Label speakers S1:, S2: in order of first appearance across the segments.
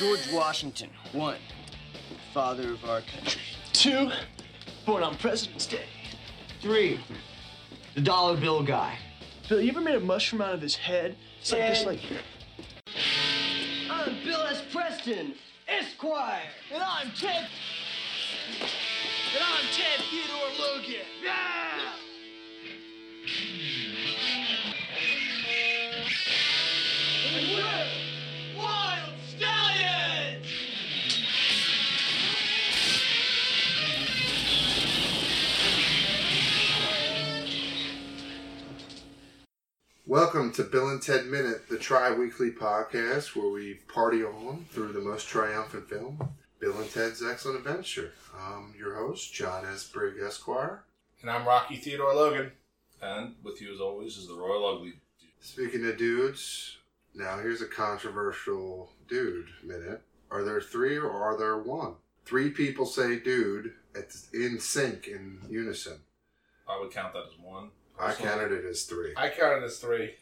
S1: George Washington, one, father of our country. Two, born on President's Day. Three, the dollar bill guy. Bill, you ever made a mushroom out of his head? It's like this, like. I'm Bill S. Preston, Esquire. And I'm Ted. And I'm Ted Theodore Logan. Yeah! And we're Wild Stallions!
S2: Welcome to Bill and Ted Minute, the tri weekly podcast where we party on through the most triumphant film, Bill and Ted's Excellent Adventure. I'm your host, John S. Brigg, Esquire.
S3: And I'm Rocky Theodore Logan. And with you as always is the Royal Ugly.
S2: Speaking of dudes, now here's a controversial dude minute. Are there three or are there one? Three people say dude at, in sync, in unison.
S3: I would count that as one.
S2: I
S3: Personally.
S2: counted it as three.
S4: I counted as three.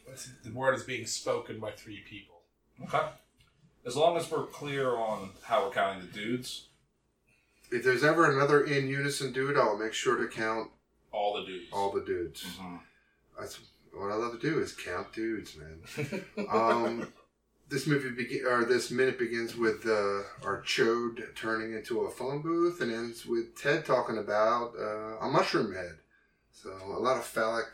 S4: The word is being spoken by three people.
S3: Okay. As long as we're clear on how we're counting the dudes,
S2: If there's ever another in unison dude, I'll make sure to count
S3: all the dudes.
S2: all the dudes.
S3: Mhm.
S2: That's what I love to do is count dudes, man. um, this movie begin or this minute begins with uh, our chode turning into a phone booth and ends with Ted talking about uh, a mushroom head. So a lot of phallic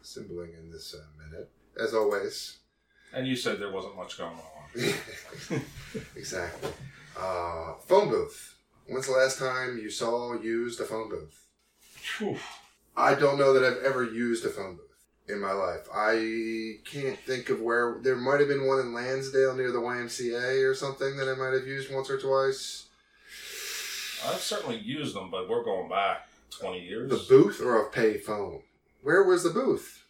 S2: symboling in this uh, minute, as always.
S3: And you said there wasn't much going on.
S2: exactly. Uh, phone booth. When's the last time you saw used a phone booth?
S3: Phew.
S2: I don't know that I've ever used a phone booth in my life. I can't think of where there might have been one in Lansdale near the YMCA or something that I might have used once or twice.
S3: I've certainly used them, but we're going back 20 years.
S2: The booth or a pay phone? Where was the booth?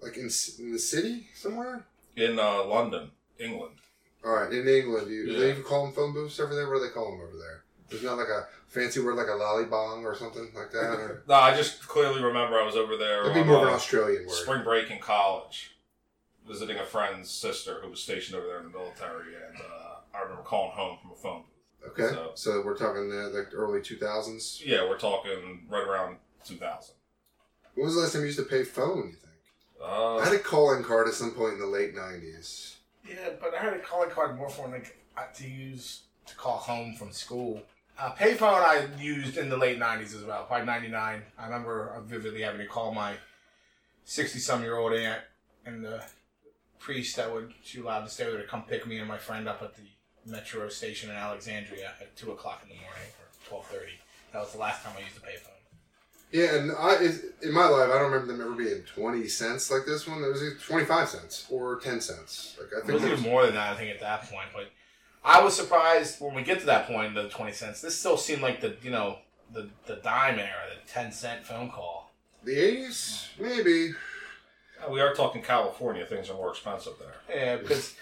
S2: Like in, c- in the city somewhere?
S3: In uh, London, England.
S2: All right, in England, you, do they
S3: Yeah.
S2: even call them phone booths over there? What do they call them over there? There's not like a fancy word like a lollybong or something like that. Or,
S3: No, I just clearly remember I was over there
S2: that'd be
S3: on,
S2: more of an
S3: uh,
S2: Australian word.
S3: spring break in college, visiting a friend's sister who was stationed over there in the military. And uh, I remember calling home from a phone booth.
S2: okay, so,
S3: so-
S2: we're talking uh, like early 2000s.
S3: Yeah, we're talking right around 2000.
S2: When was the last time you used a pay phone? You think? I
S3: Uh,
S2: had a calling card at some point in the late nineties.
S4: Yeah, but I heard a calling card more for like uh, to use to call home from school. Uh, payphone I used in the late '90s as well, probably '99. I remember vividly having to call my 60-some-year-old aunt and the priest that would she allowed to stay with her to come pick me and my friend up at the metro station in Alexandria at two o'clock in the morning or twelve thirty. That was the last time I used a payphone.
S2: Yeah, and I is- in my life I don't remember them ever being twenty cents like this one. There was twenty five cents or ten cents. Like I
S4: It
S2: think
S4: was
S2: there
S4: even
S2: was-
S4: more than that, I think, at that point. But I was surprised when we get to that point, the twenty cents. This still seemed like the you know the the dime era, the ten cent phone call.
S2: the eighties, maybe.
S3: we are talking California. Things are more expensive there.
S4: Yeah, because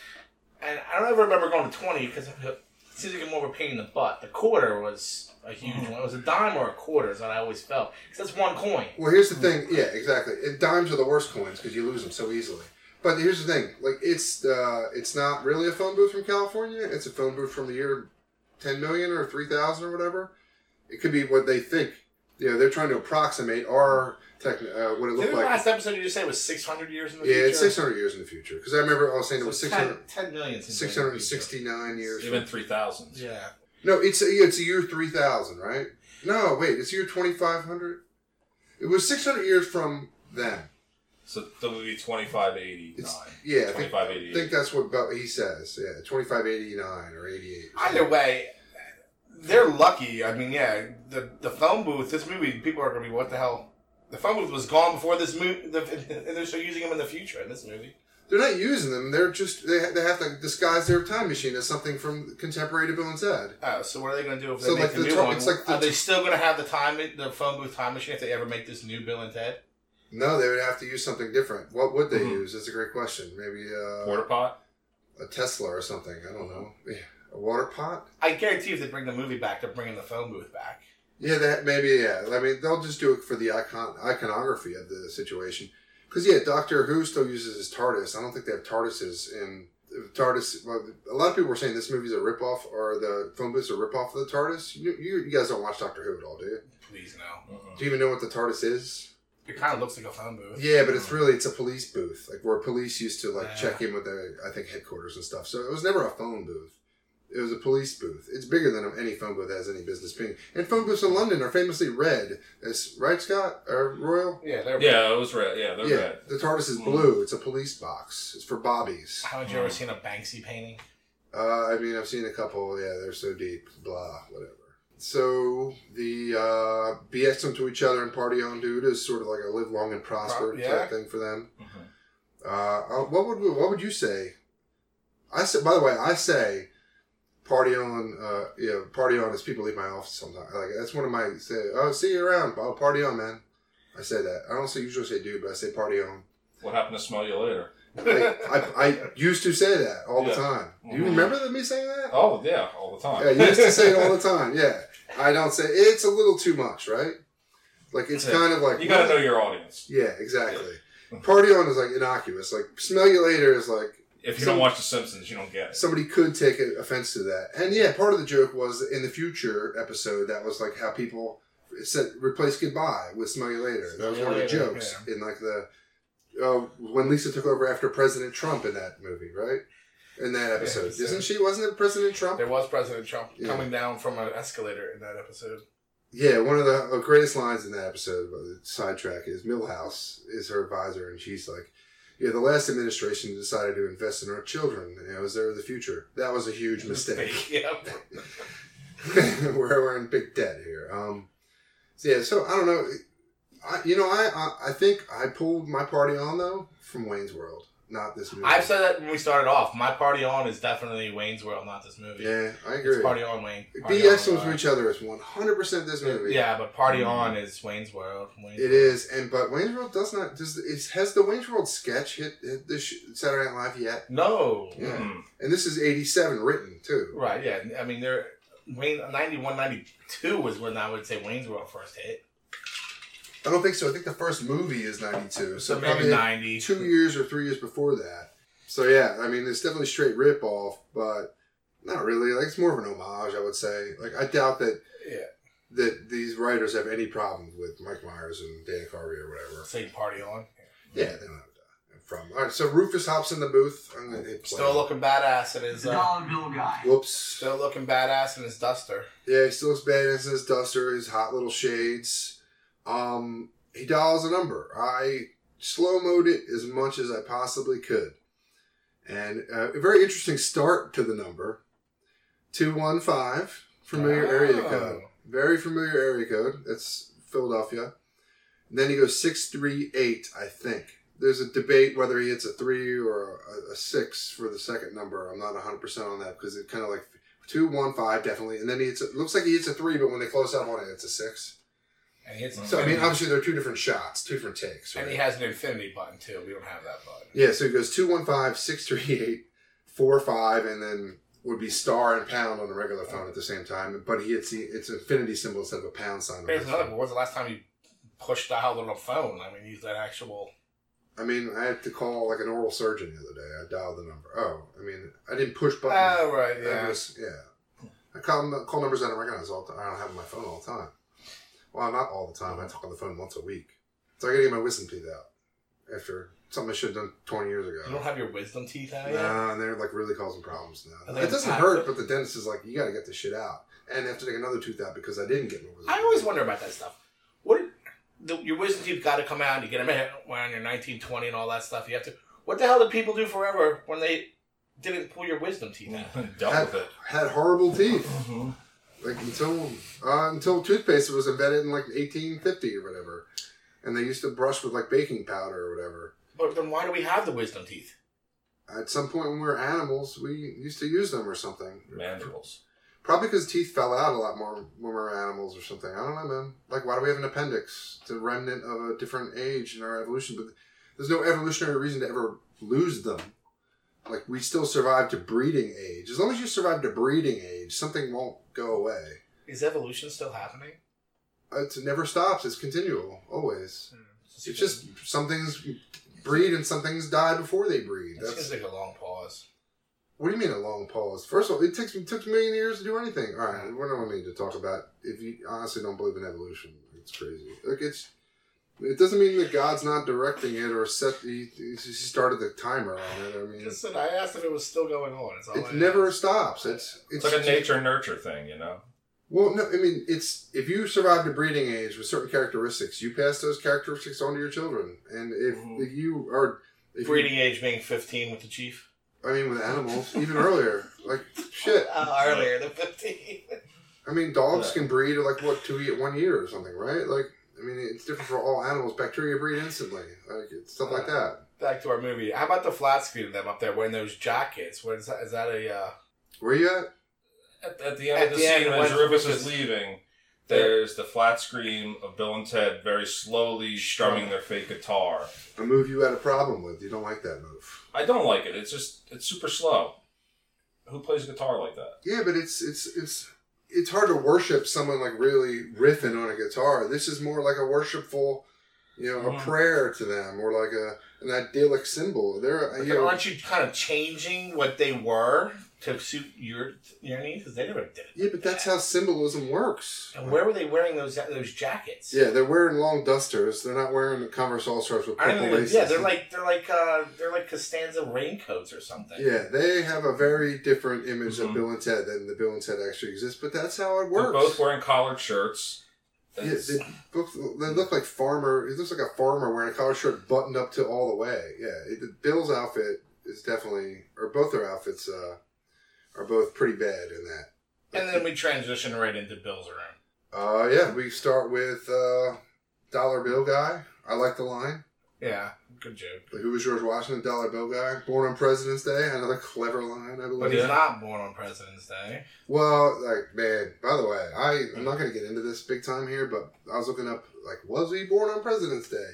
S4: and I don't ever remember going to twenty because it seems like more of a pain in the butt. The quarter was a huge
S2: Mm-hmm.
S4: one. It was a dime or a quarter is what I always felt because that's one coin.
S2: Well, here's the thing. Yeah, exactly. And dimes are the worst coins because you lose them so easily. But here's the thing. Like it's uh, it's not really a phone booth from California. It's a phone booth from the year ten million or three thousand or whatever. It could be what they think. You know, they're trying to approximate our techn- uh, what it
S4: Didn't
S2: looked
S4: the
S2: like.
S4: last episode you just say it was six hundred years in the
S2: Yeah,
S4: future?
S2: it's 600 years in the future. Because I remember I was saying it was
S4: So
S2: 600,
S4: 10, 10 million. seems like in the future.
S2: 669 years.
S3: Even 3000.
S4: Yeah.
S2: No, it's a, it's a year 3000, right? No, wait, it's year 2500. It was 600 years from then.
S3: So that would be 2589.
S2: It's, yeah, I think, I
S3: 2588.
S2: think that's what Bel- he says. Yeah, 2589 or 88.
S4: Either way, they're lucky. I mean, yeah, the the phone booth. This movie, people are gonna be, what the hell? The phone booth was gone before this movie, the, and they're still using them in the future in this movie.
S2: They're not using them. They're just, they, ha- they have to disguise their time machine as something from contemporary to Bill and Ted.
S4: Oh, so what are they gonna do if they
S2: So,
S4: make
S2: like,
S4: the,
S2: the
S4: new
S2: tr-
S4: one?
S2: it's like the
S4: are they
S2: tr-
S4: still gonna have the time the phone booth time machine if they ever make this new Bill and Ted?
S2: No, they would have to use something different. What would they
S3: Mhm.
S2: use? That's a great question. Maybe uh,
S3: Porter pot?
S2: a Tesla or something. I don't know. Yeah. A water pot?
S4: I guarantee if they bring the movie back, they're bringing the phone booth back.
S2: Yeah, that maybe. Yeah, I mean, they'll just do it for the icon iconography of the situation. Because yeah, Doctor Who still uses his TARDIS. I don't think they have TARDISes in TARDIS. Well, a lot of people were saying this movie's a ripoff, or the phone booth's a ripoff of the TARDIS. You, you, you guys don't watch Doctor Who at all, do you?
S4: Please no.
S2: Do you even know what the TARDIS is?
S4: It kind of looks like a phone booth.
S2: Yeah, but it's really it's a police booth, like where police used to like
S4: Yeah.
S2: check in with the I think headquarters and stuff. So it was never a phone booth. It was a police booth. It's bigger than any phone booth has any business being. And phone booths in London are famously red. It's right, Scott or Royal.
S4: Yeah, they're
S3: Yeah, it was red. Yeah, they're
S2: yeah,
S3: red.
S2: the TARDIS is
S3: Mm.
S2: blue. It's a police box. It's for bobbies.
S4: Haven't you ever seen a Banksy painting?
S2: Uh, I mean, I've seen a couple. Yeah, they're so deep. Blah, whatever. So the uh, BS them to each other and party on, dude, is sort of like a live long and prosper
S4: Pro- yeah. Mm-hmm.
S2: type thing for them.
S3: Mhm.
S2: Uh, uh, what would what would you say? I say. By the way, I say party on. Uh, yeah, party on as people leave my office sometimes. Like that's one of my say. Oh, see you around. Oh, party on, man. I say that. I don't say usually say dude, but I say party on.
S3: What happened to smell you later?
S2: I, I, I used to say that all the
S3: Yeah.
S2: time. Do you
S4: Mm-hmm.
S3: Mhm.
S2: remember me saying that?
S3: Oh yeah, all the time.
S2: Yeah, you used to say it all the time. Yeah, I don't say it's a little too much, right? Like it's
S3: Yeah.
S2: kind of like
S3: You gotta know your audience.
S2: Yeah, exactly. Party on is like innocuous. Like smell you later is like
S3: If you
S2: Some-
S3: don't watch The Simpsons, you don't get it.
S2: somebody could take offense to that. And yeah, part of the joke was in the future episode that was like how people said replace goodbye with smell you later. that was
S4: Smell you
S2: one of the
S4: later,
S2: jokes in like the uh, when Lisa took over after President Trump in that movie, right? In that episode,
S4: so-
S2: isn't she? Wasn't it President Trump?
S4: There was President Trump
S2: Yeah.
S4: coming down from an escalator in that episode.
S2: Yeah, one of the uh, greatest lines in that episode, but the sidetrack is Millhouse is her advisor, and she's like, "Yeah, the last administration decided to invest in our children. You know, is there the future? That was a huge mistake.
S4: yep.
S2: we're, we're in big debt here." Um, so yeah, so I don't know. I, you know, I, I I think I pulled my party on though from Wayne's World, not this movie.
S4: I've said that when we started off. My party on is definitely Wayne's World, not this movie.
S2: yeah, I
S4: It's
S2: agree.
S4: party on Wayne. Party
S2: BS
S4: on,
S2: ones
S4: uh,
S2: with each other is one hundred percent this movie. Mm-hmm.
S4: Yeah, but party on is Wayne's World. Wayne's
S2: It is, and but Wayne's World does not. Does it has the Wayne's World sketch hit, hit this sh- Saturday Night Live yet?
S4: No.
S2: Yeah.
S3: Mm.
S2: And this is '87 written too.
S4: Right, yeah. I mean, they're, Wayne 91, 92 was when I would say Wayne's World first hit.
S2: I don't think so. I think the first movie is '92, so
S4: So maybe
S2: probably
S4: 90.
S2: two years or three years before that. So yeah, I mean it's definitely straight rip off, but not really. Like it's more of an homage, I would say. Like I doubt that
S4: Yeah.
S2: that these writers have any problems with Mike Myers and Dan Carvey or whatever.
S4: Say party on.
S2: Yeah, they don't have that from. All right, so Rufus hops in the booth. I'm gonna hit play.
S4: Still looking badass in his
S1: The
S4: uh,
S1: dollar bill guy.
S2: Whoops.
S4: still looking badass in his duster.
S2: Yeah, he still looks badass in his duster, his hot little shades. Um, he dials a number. I slow mode it as much as I possibly could. And uh, a very interesting start to the number 215, familiar area
S4: Oh.
S2: code. Very familiar area code. That's Philadelphia. And then he goes 638, I think. There's a debate whether he hits a 3 or a, a 6 for the second number. I'm not 100% on that because it kind of like two, one, five, definitely. And then he hits. A, looks like he hits a three, but when they close up on it, it's a six.
S4: And he, hits,
S2: So I mean,
S4: and-
S2: obviously they're two different shots, two different takes.
S4: and he
S2: Right?
S4: has an infinity button too. We don't have that button.
S2: Yeah. So he goes two, one, five, six, three, eight, four, five, and then would be star and pound on the regular phone at the same time. But he hits the it's an infinity symbol instead of a pound sign. on
S4: Here's
S2: his
S4: another.
S2: phone.
S4: When was the last time you pushed dialed on a phone? I mean, use that actual.
S2: I mean, I had to call like an oral surgeon the other day. I dialed the number. Oh, I mean, I didn't push buttons.
S4: Oh right,
S2: That
S4: yeah.
S2: was- yeah. I call, call numbers I don't recognize all the time. I don't have on my phone all the time. Well, not all the time. I talk on the phone once a week. So I gotta get my wisdom teeth out after something I should have done 20 years
S4: You don't
S2: ago.
S4: have your wisdom teeth out yet.
S2: Nah, and they're like really causing problems now.
S4: And Oh, they
S2: It doesn't
S4: have-
S2: hurt, but the dentist is like, you gotta get this shit out. And they have to take another tooth out because I didn't get my wisdom
S4: I always
S2: teeth.
S4: wonder about that stuff. What the, your wisdom teeth got to come out? You get them out around your 1920 and all that stuff. You have to. What the hell did people do forever when they didn't pull your wisdom teeth out?
S3: Dealt with it.
S2: Had horrible teeth.
S4: Mm-hmm.
S3: Mhm.
S2: Like until uh, until toothpaste was invented in like 1850 or whatever. And they used to brush with like baking powder or whatever.
S4: But then why do we have the wisdom teeth?
S2: at some point when we were animals, we used to use them or something.
S3: Mandibles.
S2: Probably because teeth fell out a lot more when we were animals or something. I don't know, man. Like, why do we have an appendix? It's a remnant of a different age in our evolution, but there's no evolutionary reason to ever lose them. Like, we still survive to breeding age. As long as you survive to breeding age, something won't go away.
S4: Is evolution still happening?
S2: It never stops. It's continual, always. It's just some things breed and some things die before they breed.
S4: It
S2: That's
S4: seems like a long pause.
S2: What do you mean a long pause? First of all, it takes it took a million years to do anything. All right, what do I need to talk about? If you honestly don't believe in evolution, it's crazy. Like it's, it doesn't mean that God's not directing it or set. He, he started the timer on it. I mean,
S4: Just said I asked if it was still going on. It's all I
S2: it Mm. never
S4: asked.
S2: stops. It's
S3: It's like a nature nurture thing, you know.
S2: Well, no, I mean it's if you survive the breeding age with certain characteristics, you pass those characteristics on to your children, and if
S3: Mhm.
S2: you are if you,
S4: breeding age being fifteen with the chief.
S2: I mean, with animals, even earlier, like shit.
S4: Uh, earlier than fifteen.
S2: I mean, dogs
S3: Yeah.
S2: can breed at like what two ye- one year or something, right? Like, I mean, it's different for all animals. Bacteria breed instantly, like it's stuff like that.
S4: Back to our movie. How about the flat screen of them up there wearing those jackets? What is that? Is that a uh,
S2: Where you at?
S3: At, at the end
S4: At
S3: of the,
S4: the end,
S3: scene, as
S4: when-
S3: Rufus
S4: because-
S3: is leaving, there's the flat scream of Bill and Ted very slowly strumming their fake guitar.
S2: A move you had a problem with? You don't like that move?
S3: I don't like it. It's just it's super slow. Who plays guitar like that?
S2: Yeah, but it's it's it's it's hard to worship someone like really riffing on a guitar. This is more like a worshipful, you know, a
S4: Mm.
S3: Mhm.
S2: prayer to them, or like a an idyllic symbol. They're
S4: But
S2: you
S4: then
S2: know,
S4: aren't you kind of changing what they were to suit your your needs? Because they never did it.
S2: yeah, but that's how symbolism works.
S4: And where were they wearing those those jackets?
S2: Yeah, they're wearing long dusters. They're not wearing the Converse All Stars with
S4: I
S2: purple
S4: don't even,
S2: laces.
S4: yeah, they're like they're like uh, they're like Costanza raincoats or something.
S2: Yeah, they have a very different image of
S3: Mhm.
S2: Bill and Ted than the Bill and Ted actually exists. But that's how it
S3: They're both
S2: works.
S3: wearing collared shirts.
S2: Yeah, they, both, they look like farmer. It looks like a farmer wearing a collar shirt buttoned up to all the way. Yeah, it, Bill's outfit is definitely, or both their outfits uh, are both pretty bad in that.
S4: And then we transition right into Bill's room.
S2: uh, yeah, we start with uh, Dollar Bill guy. I like the line.
S4: Yeah, good joke.
S2: Like, who was George Washington? Dollar Bill guy, born on President's Day. Another clever line, I believe.
S4: But
S3: Yeah.
S4: he's not born on President's Day.
S2: Well, like man, by the way, I I'm not gonna get into this big time here, but I was looking up like was he born on President's Day?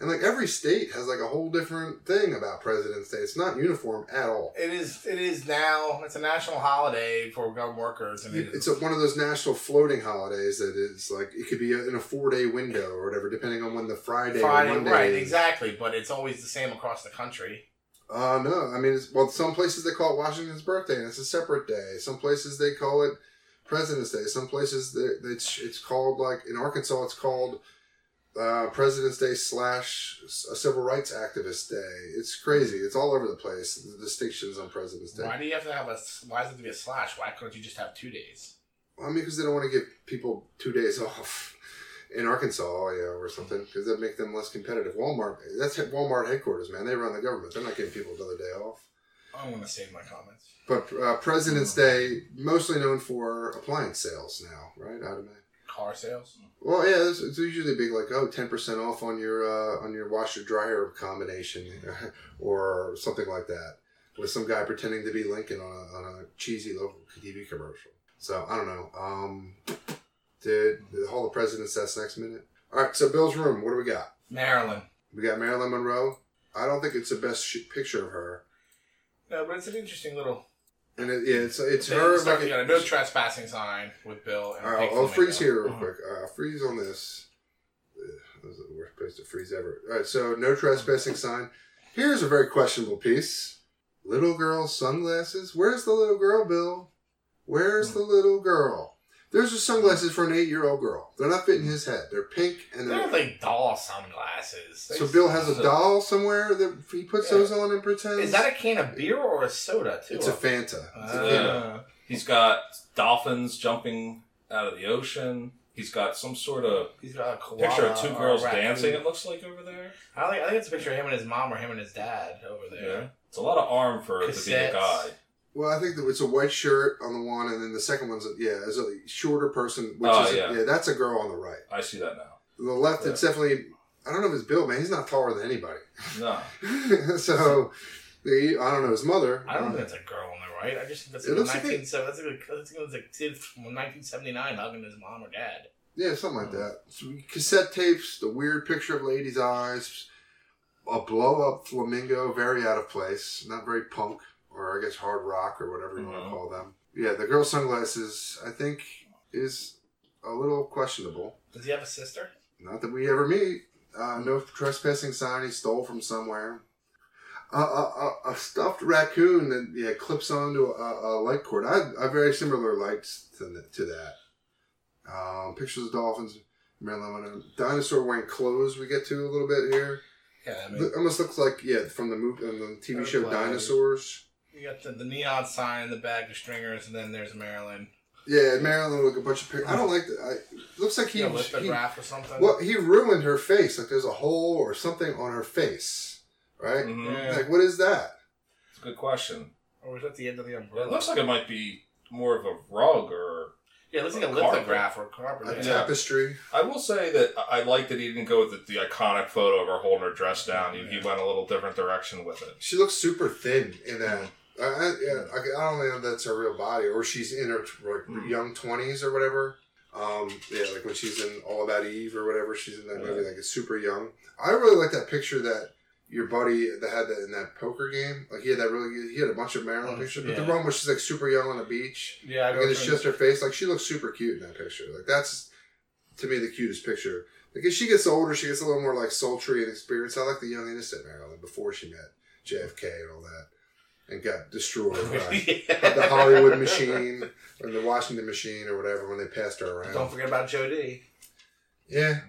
S2: And like every state has like a whole different thing about President's Day. It's not uniform at all.
S4: It is. It is now. It's a national holiday for government workers, and it is.
S2: It's a, one of those national floating holidays that is like it could be in a four day window or whatever, depending on when the Friday, or
S4: Friday,
S2: Monday
S4: right?
S2: is.
S4: Exactly, but it's always the same across the country.
S2: Uh, no, I mean, it's, well, some places they call it Washington's birthday and it's a separate day. Some places they call it President's Day. Some places they, they, it's, it's called, like, in Arkansas, it's called uh, President's Day slash a Civil Rights Activist Day. It's crazy. It's all over the place, the distinctions on President's Day.
S4: Why do you have to have a? s- Why does it have to be a slash? Why couldn't you just have two days?
S2: Well, I mean, because they don't want to give people two days off in Arkansas, you know, or something, because that'd make them less competitive. Walmart, that's Walmart headquarters, man. They run the government. They're not giving people another day off.
S4: I'm gonna save my comments.
S2: But uh, President's Day, mostly known for appliance sales now, right? I'd imagine.
S4: Car sales.
S2: Well, yeah, it's, it's usually big, like oh, 10 percent off on your uh, on your washer dryer combination, or something like that, with some guy pretending to be Lincoln on a, on a cheesy local TV commercial. So I don't know. Um, did the Hall of Presidents? That's next minute. All right. So Bill's room. What do we got?
S4: Maryland.
S2: We got Marilyn Monroe. I don't think it's the best sh- picture of her.
S4: No, but it's an interesting little.
S2: And it, yeah, it's it's
S4: They
S2: her.
S4: start-
S2: like,
S4: you got a no trespassing sign with Bill. And a
S2: All right,
S4: pig
S2: I'll freeze
S4: flamingo.
S2: here
S3: Mm.
S2: real quick. Uh, I'll freeze on this. Ugh, That was the worst place to freeze ever. All right, so no trespassing sign. Here's a very questionable piece. Little girl sunglasses. Where's the little girl, Bill? Where's the little girl? There's just sunglasses for an eight-year-old girl. They're not fitting his head. They're pink and
S4: They
S2: they're.
S4: have like doll sunglasses. They
S2: so
S4: just-
S2: Bill has a doll somewhere that he puts
S4: Yeah.
S2: those on and pretends.
S4: Is that a can of beer or a soda too?
S2: It's a Fanta. It's a Fanta.
S4: Uh,
S3: He's got dolphins jumping out of the ocean. He's got some sort of
S4: he's got a koala
S3: picture of two
S4: or a
S3: girls
S4: raccoon.
S3: dancing. It looks like over there.
S4: I think I think it's a picture of him and his mom or him and his dad over there.
S3: It's a lot of arm for it to be a
S4: Cassettes.
S3: guy.
S2: Well, I think that it's a white shirt on the one, and then the second one's a, yeah, is a shorter person, which
S3: Oh,
S2: is a,
S3: yeah.
S2: yeah, that's a girl on the right.
S3: I see that now.
S2: The left, it's definitely. I don't know if it's Bill, man. He's not taller than anybody.
S3: No,
S2: so, the, I don't know his mother.
S4: I don't think that's a girl on the right. I just think that's
S2: It
S4: like a
S2: looks like
S4: nineteen seventy. That's like a, that's like a kid from 1979 hugging his mom or dad.
S2: Yeah, something like that. So, cassette tapes, the weird picture of ladies' eyes, a blow up flamingo, very out of place, not very punk or I guess hard rock or whatever you want to
S3: Mhm.
S2: call them. Yeah, the girl sunglasses, I think, is a little questionable.
S4: Does he have a sister?
S2: Not that we ever meet. Uh, no trespassing sign he stole from somewhere. a, a, a, a stuffed raccoon that yeah clips onto a, a light cord. I, I very similar lights to, th- to that. Um, pictures of dolphins, Marilyn Monroe, dinosaur wearing clothes. We get to a little bit here.
S4: Yeah, I mean,
S2: It almost looks like yeah from the movie, the TV show
S4: Firefly.
S2: Dinosaurs.
S4: you got the, the neon sign, the bag of stringers, and then there's Marilyn.
S2: Yeah, Marilyn look a bunch of pictures. I don't like that. I, looks like he,
S4: You know, lift
S2: he
S4: raft or something.
S2: well he ruined her face. Like there's a hole or something on her face, right?
S3: Mhm.
S4: Yeah.
S2: Like what is that?
S3: It's a good question.
S4: Or was that the end of the umbrella?
S3: It looks like it might be more of a rug or.
S4: yeah, it looks like a
S3: a carpet.
S4: lithograph or a carpet.
S2: A
S4: yeah.
S2: tapestry.
S3: I will say that I- I like that he didn't go with the, the iconic photo of her holding her dress down. He, he went a little different direction with it.
S2: She looks super thin in that. I, I, yeah, I, I don't know if that's her real body or she's in her like,
S4: Hmm.
S3: Mm.
S2: young twenties or whatever. Um, yeah, like when she's in All About Eve or whatever, she's in that movie like it's super young. I really like that picture that your buddy that had that in that poker game. Like he had that really he had a bunch of Marilyn
S4: Mm,
S2: pictures, but
S4: yeah.
S2: the one where she's like super young on the beach
S4: Yeah, I
S2: like,
S4: go
S2: and it's
S4: through-
S2: just her face. Like she looks super cute in that picture. Like that's to me the cutest picture. Like as she gets older, she gets a little more like sultry and experienced. I like the young innocent Marilyn before she met JFK and all that, and got destroyed by by the Hollywood machine or the Washington machine or whatever when they passed her around.
S4: Don't forget about Jody.
S2: Yeah.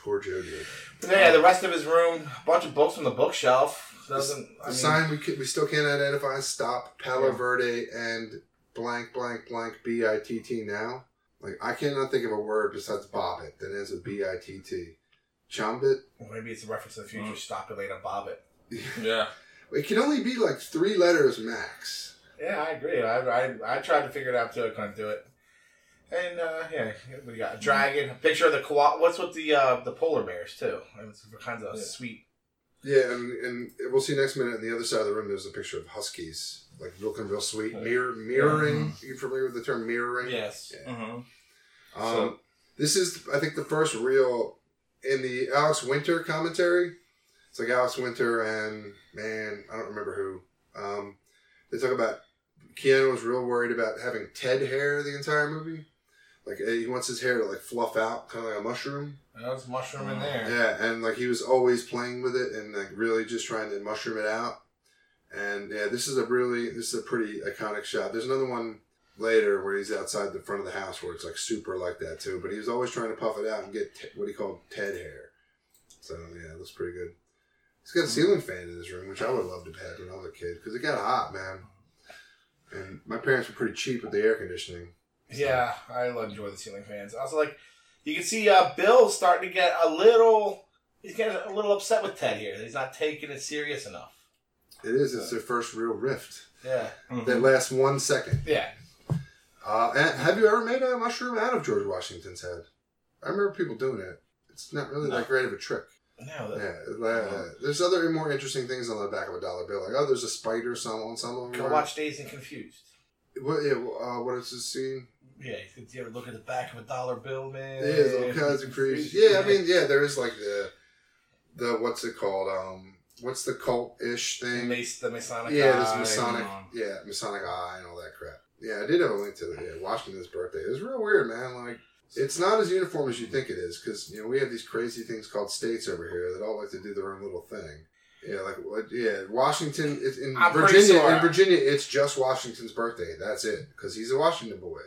S2: Poor JoJo.
S4: Yeah, the rest of his room, a bunch of books from the bookshelf. Doesn't
S2: The
S4: I mean,
S2: sign we could, we still can't identify. Stop Palo
S4: Yeah.
S2: Verde and blank blank blank B I T T now. Like I cannot think of a word besides bobbit that ends with B I T T. Chombit.
S4: Well, maybe it's a reference to the future.
S3: Mm.
S4: Stop it later, bob it.
S3: Yeah.
S2: It can only be like three letters max.
S4: Yeah, I agree. I, I, I tried to figure it out too. I couldn't do it. And uh, yeah, we got a dragon, a picture of the koala. What's with the uh, the polar bears too? And it's kind of
S3: Yeah.
S4: sweet.
S2: Yeah, and, and we'll see next minute on the other side of the room. There's a picture of huskies, like looking real sweet, mirror mirroring.
S4: Mm-hmm.
S2: You familiar with the term mirroring?
S4: Yes.
S2: Yeah.
S3: Mm-hmm.
S2: Um,
S3: So-
S2: this is, I think, the first real in the Alex Winter commentary. It's like Alex Winter and man, I don't remember who. Um, they talk about Keanu was real worried about having Ted hair the entire movie. Like eh, he wants his hair to like fluff out, kind of like a mushroom.
S4: That was mushroom in
S3: Mm.
S4: there.
S2: Oh, Yeah, and like he was always playing with it and like really just trying to mushroom it out. And yeah, this is a really this is a pretty iconic shot. There's another one later where he's outside the front of the house where it's like super like that too. But he was always trying to puff it out and get t- what he called Ted hair. So yeah, it looks pretty good. He's got a ceiling fan in his room, which I would love to have had when I was a kid because it got hot, man. And my parents were pretty cheap with the air conditioning.
S4: Yeah, I love- enjoy the ceiling fans. Also, like you can see, uh, Bill's starting to get a little. He's getting a little upset with Ted here. He's not taking it serious enough.
S2: It is. It's their first real rift
S4: Yeah.
S2: that lasts one second.
S4: Yeah.
S2: Uh, and have you ever made a mushroom out of George Washington's head? I remember people doing it. It's not really
S4: No.
S2: that great of a trick.
S4: No.
S2: Yeah,
S4: That,
S2: uh, there's other more interesting things on the back of a dollar bill. Like, oh, there's a spider some on some of them.
S4: Go
S2: are-
S4: watch Dazed and Confused.
S2: What, yeah, uh, what is this scene?
S4: Yeah, you could- you ever look at the back of a dollar bill, man?
S2: It is all kinds of creeps. Yeah, I mean, yeah, there is like the the what's it called? Um, what's the cult ish
S4: the,
S2: thing?
S4: mas- the Masonic.
S2: yeah, this
S4: eye.
S2: Masonic,
S3: um,
S2: yeah, Masonic eye and all that crap. Yeah, I did have a link to the yeah, Washington's birthday. It was real weird, man. Like, it's not as uniform as you think it is because you know we have these crazy things called states over here that all like to do their own little thing. Yeah, like what- yeah, Washington it's in
S4: I'm pretty
S2: Virginia.
S4: sure.
S2: In Virginia, it's just Washington's birthday. That's it because he's a Washington boy.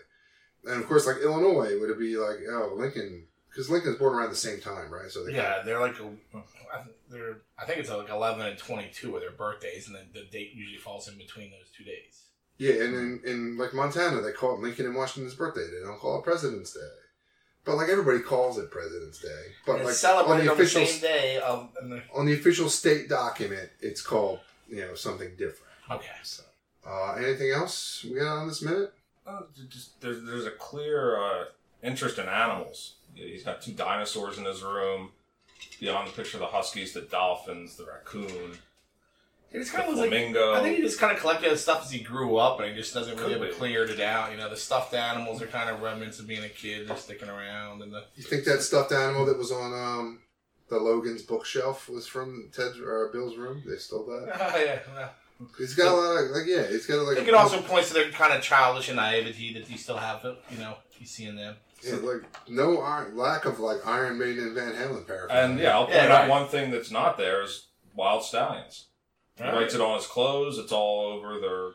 S2: And of course, like Illinois, would it be like oh Lincoln because Lincoln's born around the same time, right? So they
S4: Yeah, they're like, a, I th- they're. I think it's like eleven and twenty-two are their birthdays, and then the date usually falls in between those two days.
S2: Yeah, and in, in like Montana, they call it Lincoln and Washington's birthday. They don't call it President's Day, but like everybody calls it President's Day. But
S4: And
S2: like
S4: it's celebrated
S2: on
S4: on
S2: the
S4: the
S2: official
S4: same day of. And the,
S2: on the official state document, it's called you know something different.
S4: okay.
S2: So, uh, anything else we got on this minute?
S3: Uh, j- just there's there's a clear uh, interest in animals. Yeah, He's got two dinosaurs in his room. Beyond the picture, the huskies, the dolphins, the raccoon,
S4: He just
S3: the
S4: kind of looks like.
S3: flamingo.
S4: I think he just kind of collected the stuff as he grew up, and he just doesn't really
S3: Could
S4: ever
S3: be.
S4: cleared it out. You know, the stuffed animals are kind of remnants of being a kid. They're sticking around, and the
S2: You think that stuffed animal that was on um, the Logan's bookshelf was from Ted's or Bill's room? They stole that.
S4: yeah. well.
S2: He's got a lot of like yeah. He's got
S4: I
S2: like
S4: think it also points to their kind of childish naivety that you still have, you know, you see in them.
S2: yeah, like no iron, lack of like Iron Maiden and Van Halen paraphernalia.
S3: And yeah, I'll point
S4: Yeah,
S3: out
S4: right.
S3: one thing that's not there is wild stallions. He writes it on his clothes. It's all over their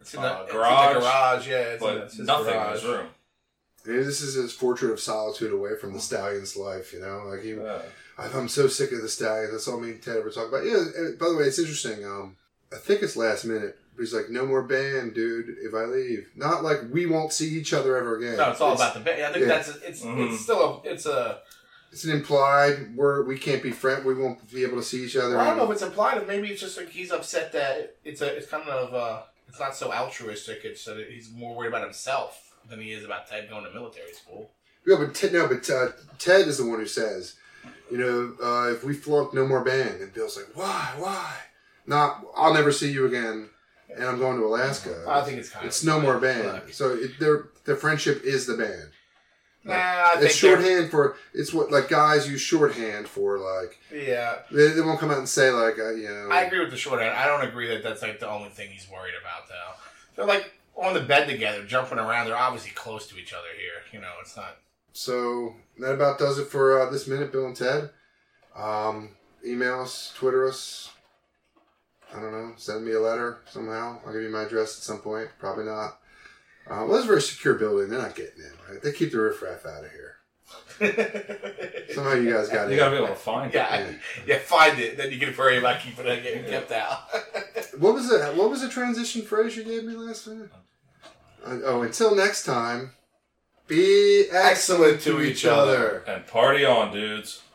S4: It's in the, it's
S3: Uh,
S4: in the
S3: garage,
S4: garage, yeah. It's in, the-
S3: but
S4: it's his
S3: nothing in
S4: garage.
S3: his room.
S2: Maybe this is his portrait of solitude away from the stallion's life, you know? Like, he,
S3: Yeah.
S2: I'm so sick of the stallion. That's all me and Ted ever talk about. Yeah, and by the way, it's interesting. Um, I think it's last minute. He's like, no more band, dude, if I leave. Not like we won't see each other ever again.
S4: No, it's all about the band. I think
S2: yeah.
S4: that's it's
S3: Mhm.
S4: it's still a it's a.
S2: It's an implied, we're, we can't be friends. We won't be able to see each other.
S4: I don't know if it's implied. Or maybe it's just like he's upset that it's a it's kind of uh it's not so altruistic. It's that he's more worried about himself than he is about Ted going to military school.
S2: Yeah, but Ted, no, but uh, Ted is the one who says, you know, uh, if we flunk, no more band. And Bill's like, why, why? Not, I'll never see you again, and I'm going to Alaska.
S4: I think it's kind
S2: it's
S4: of
S2: no more band.
S4: Look.
S2: So it, their their friendship is the band.
S4: Nah, I think
S2: It's
S4: they're-
S2: shorthand for it's what like guys use shorthand for like
S4: Yeah,
S2: they, they won't come out and say like uh, you know
S4: I agree with the shorthand. I don't agree that that's like the only thing he's worried about though. They're like on the bed together, jumping around. They're obviously close to each other here. You know, it's not.
S2: So that about does it for uh, this minute, Bill and Ted. Um, email us, Twitter us. I don't know. Send me a letter somehow. I'll give you my address at some point. Probably not. Uh, well, it's a very secure building. They're not getting in, right? They keep the riffraff out of here. Somehow you guys got
S3: You
S2: in.
S3: gotta be able to find it.
S4: yeah, yeah. Find it, then you can worry about keeping it getting kept out.
S2: What was the What was the transition phrase you gave me last time? Uh, oh, until next time. Be excellent to each other.
S3: And party on, dudes.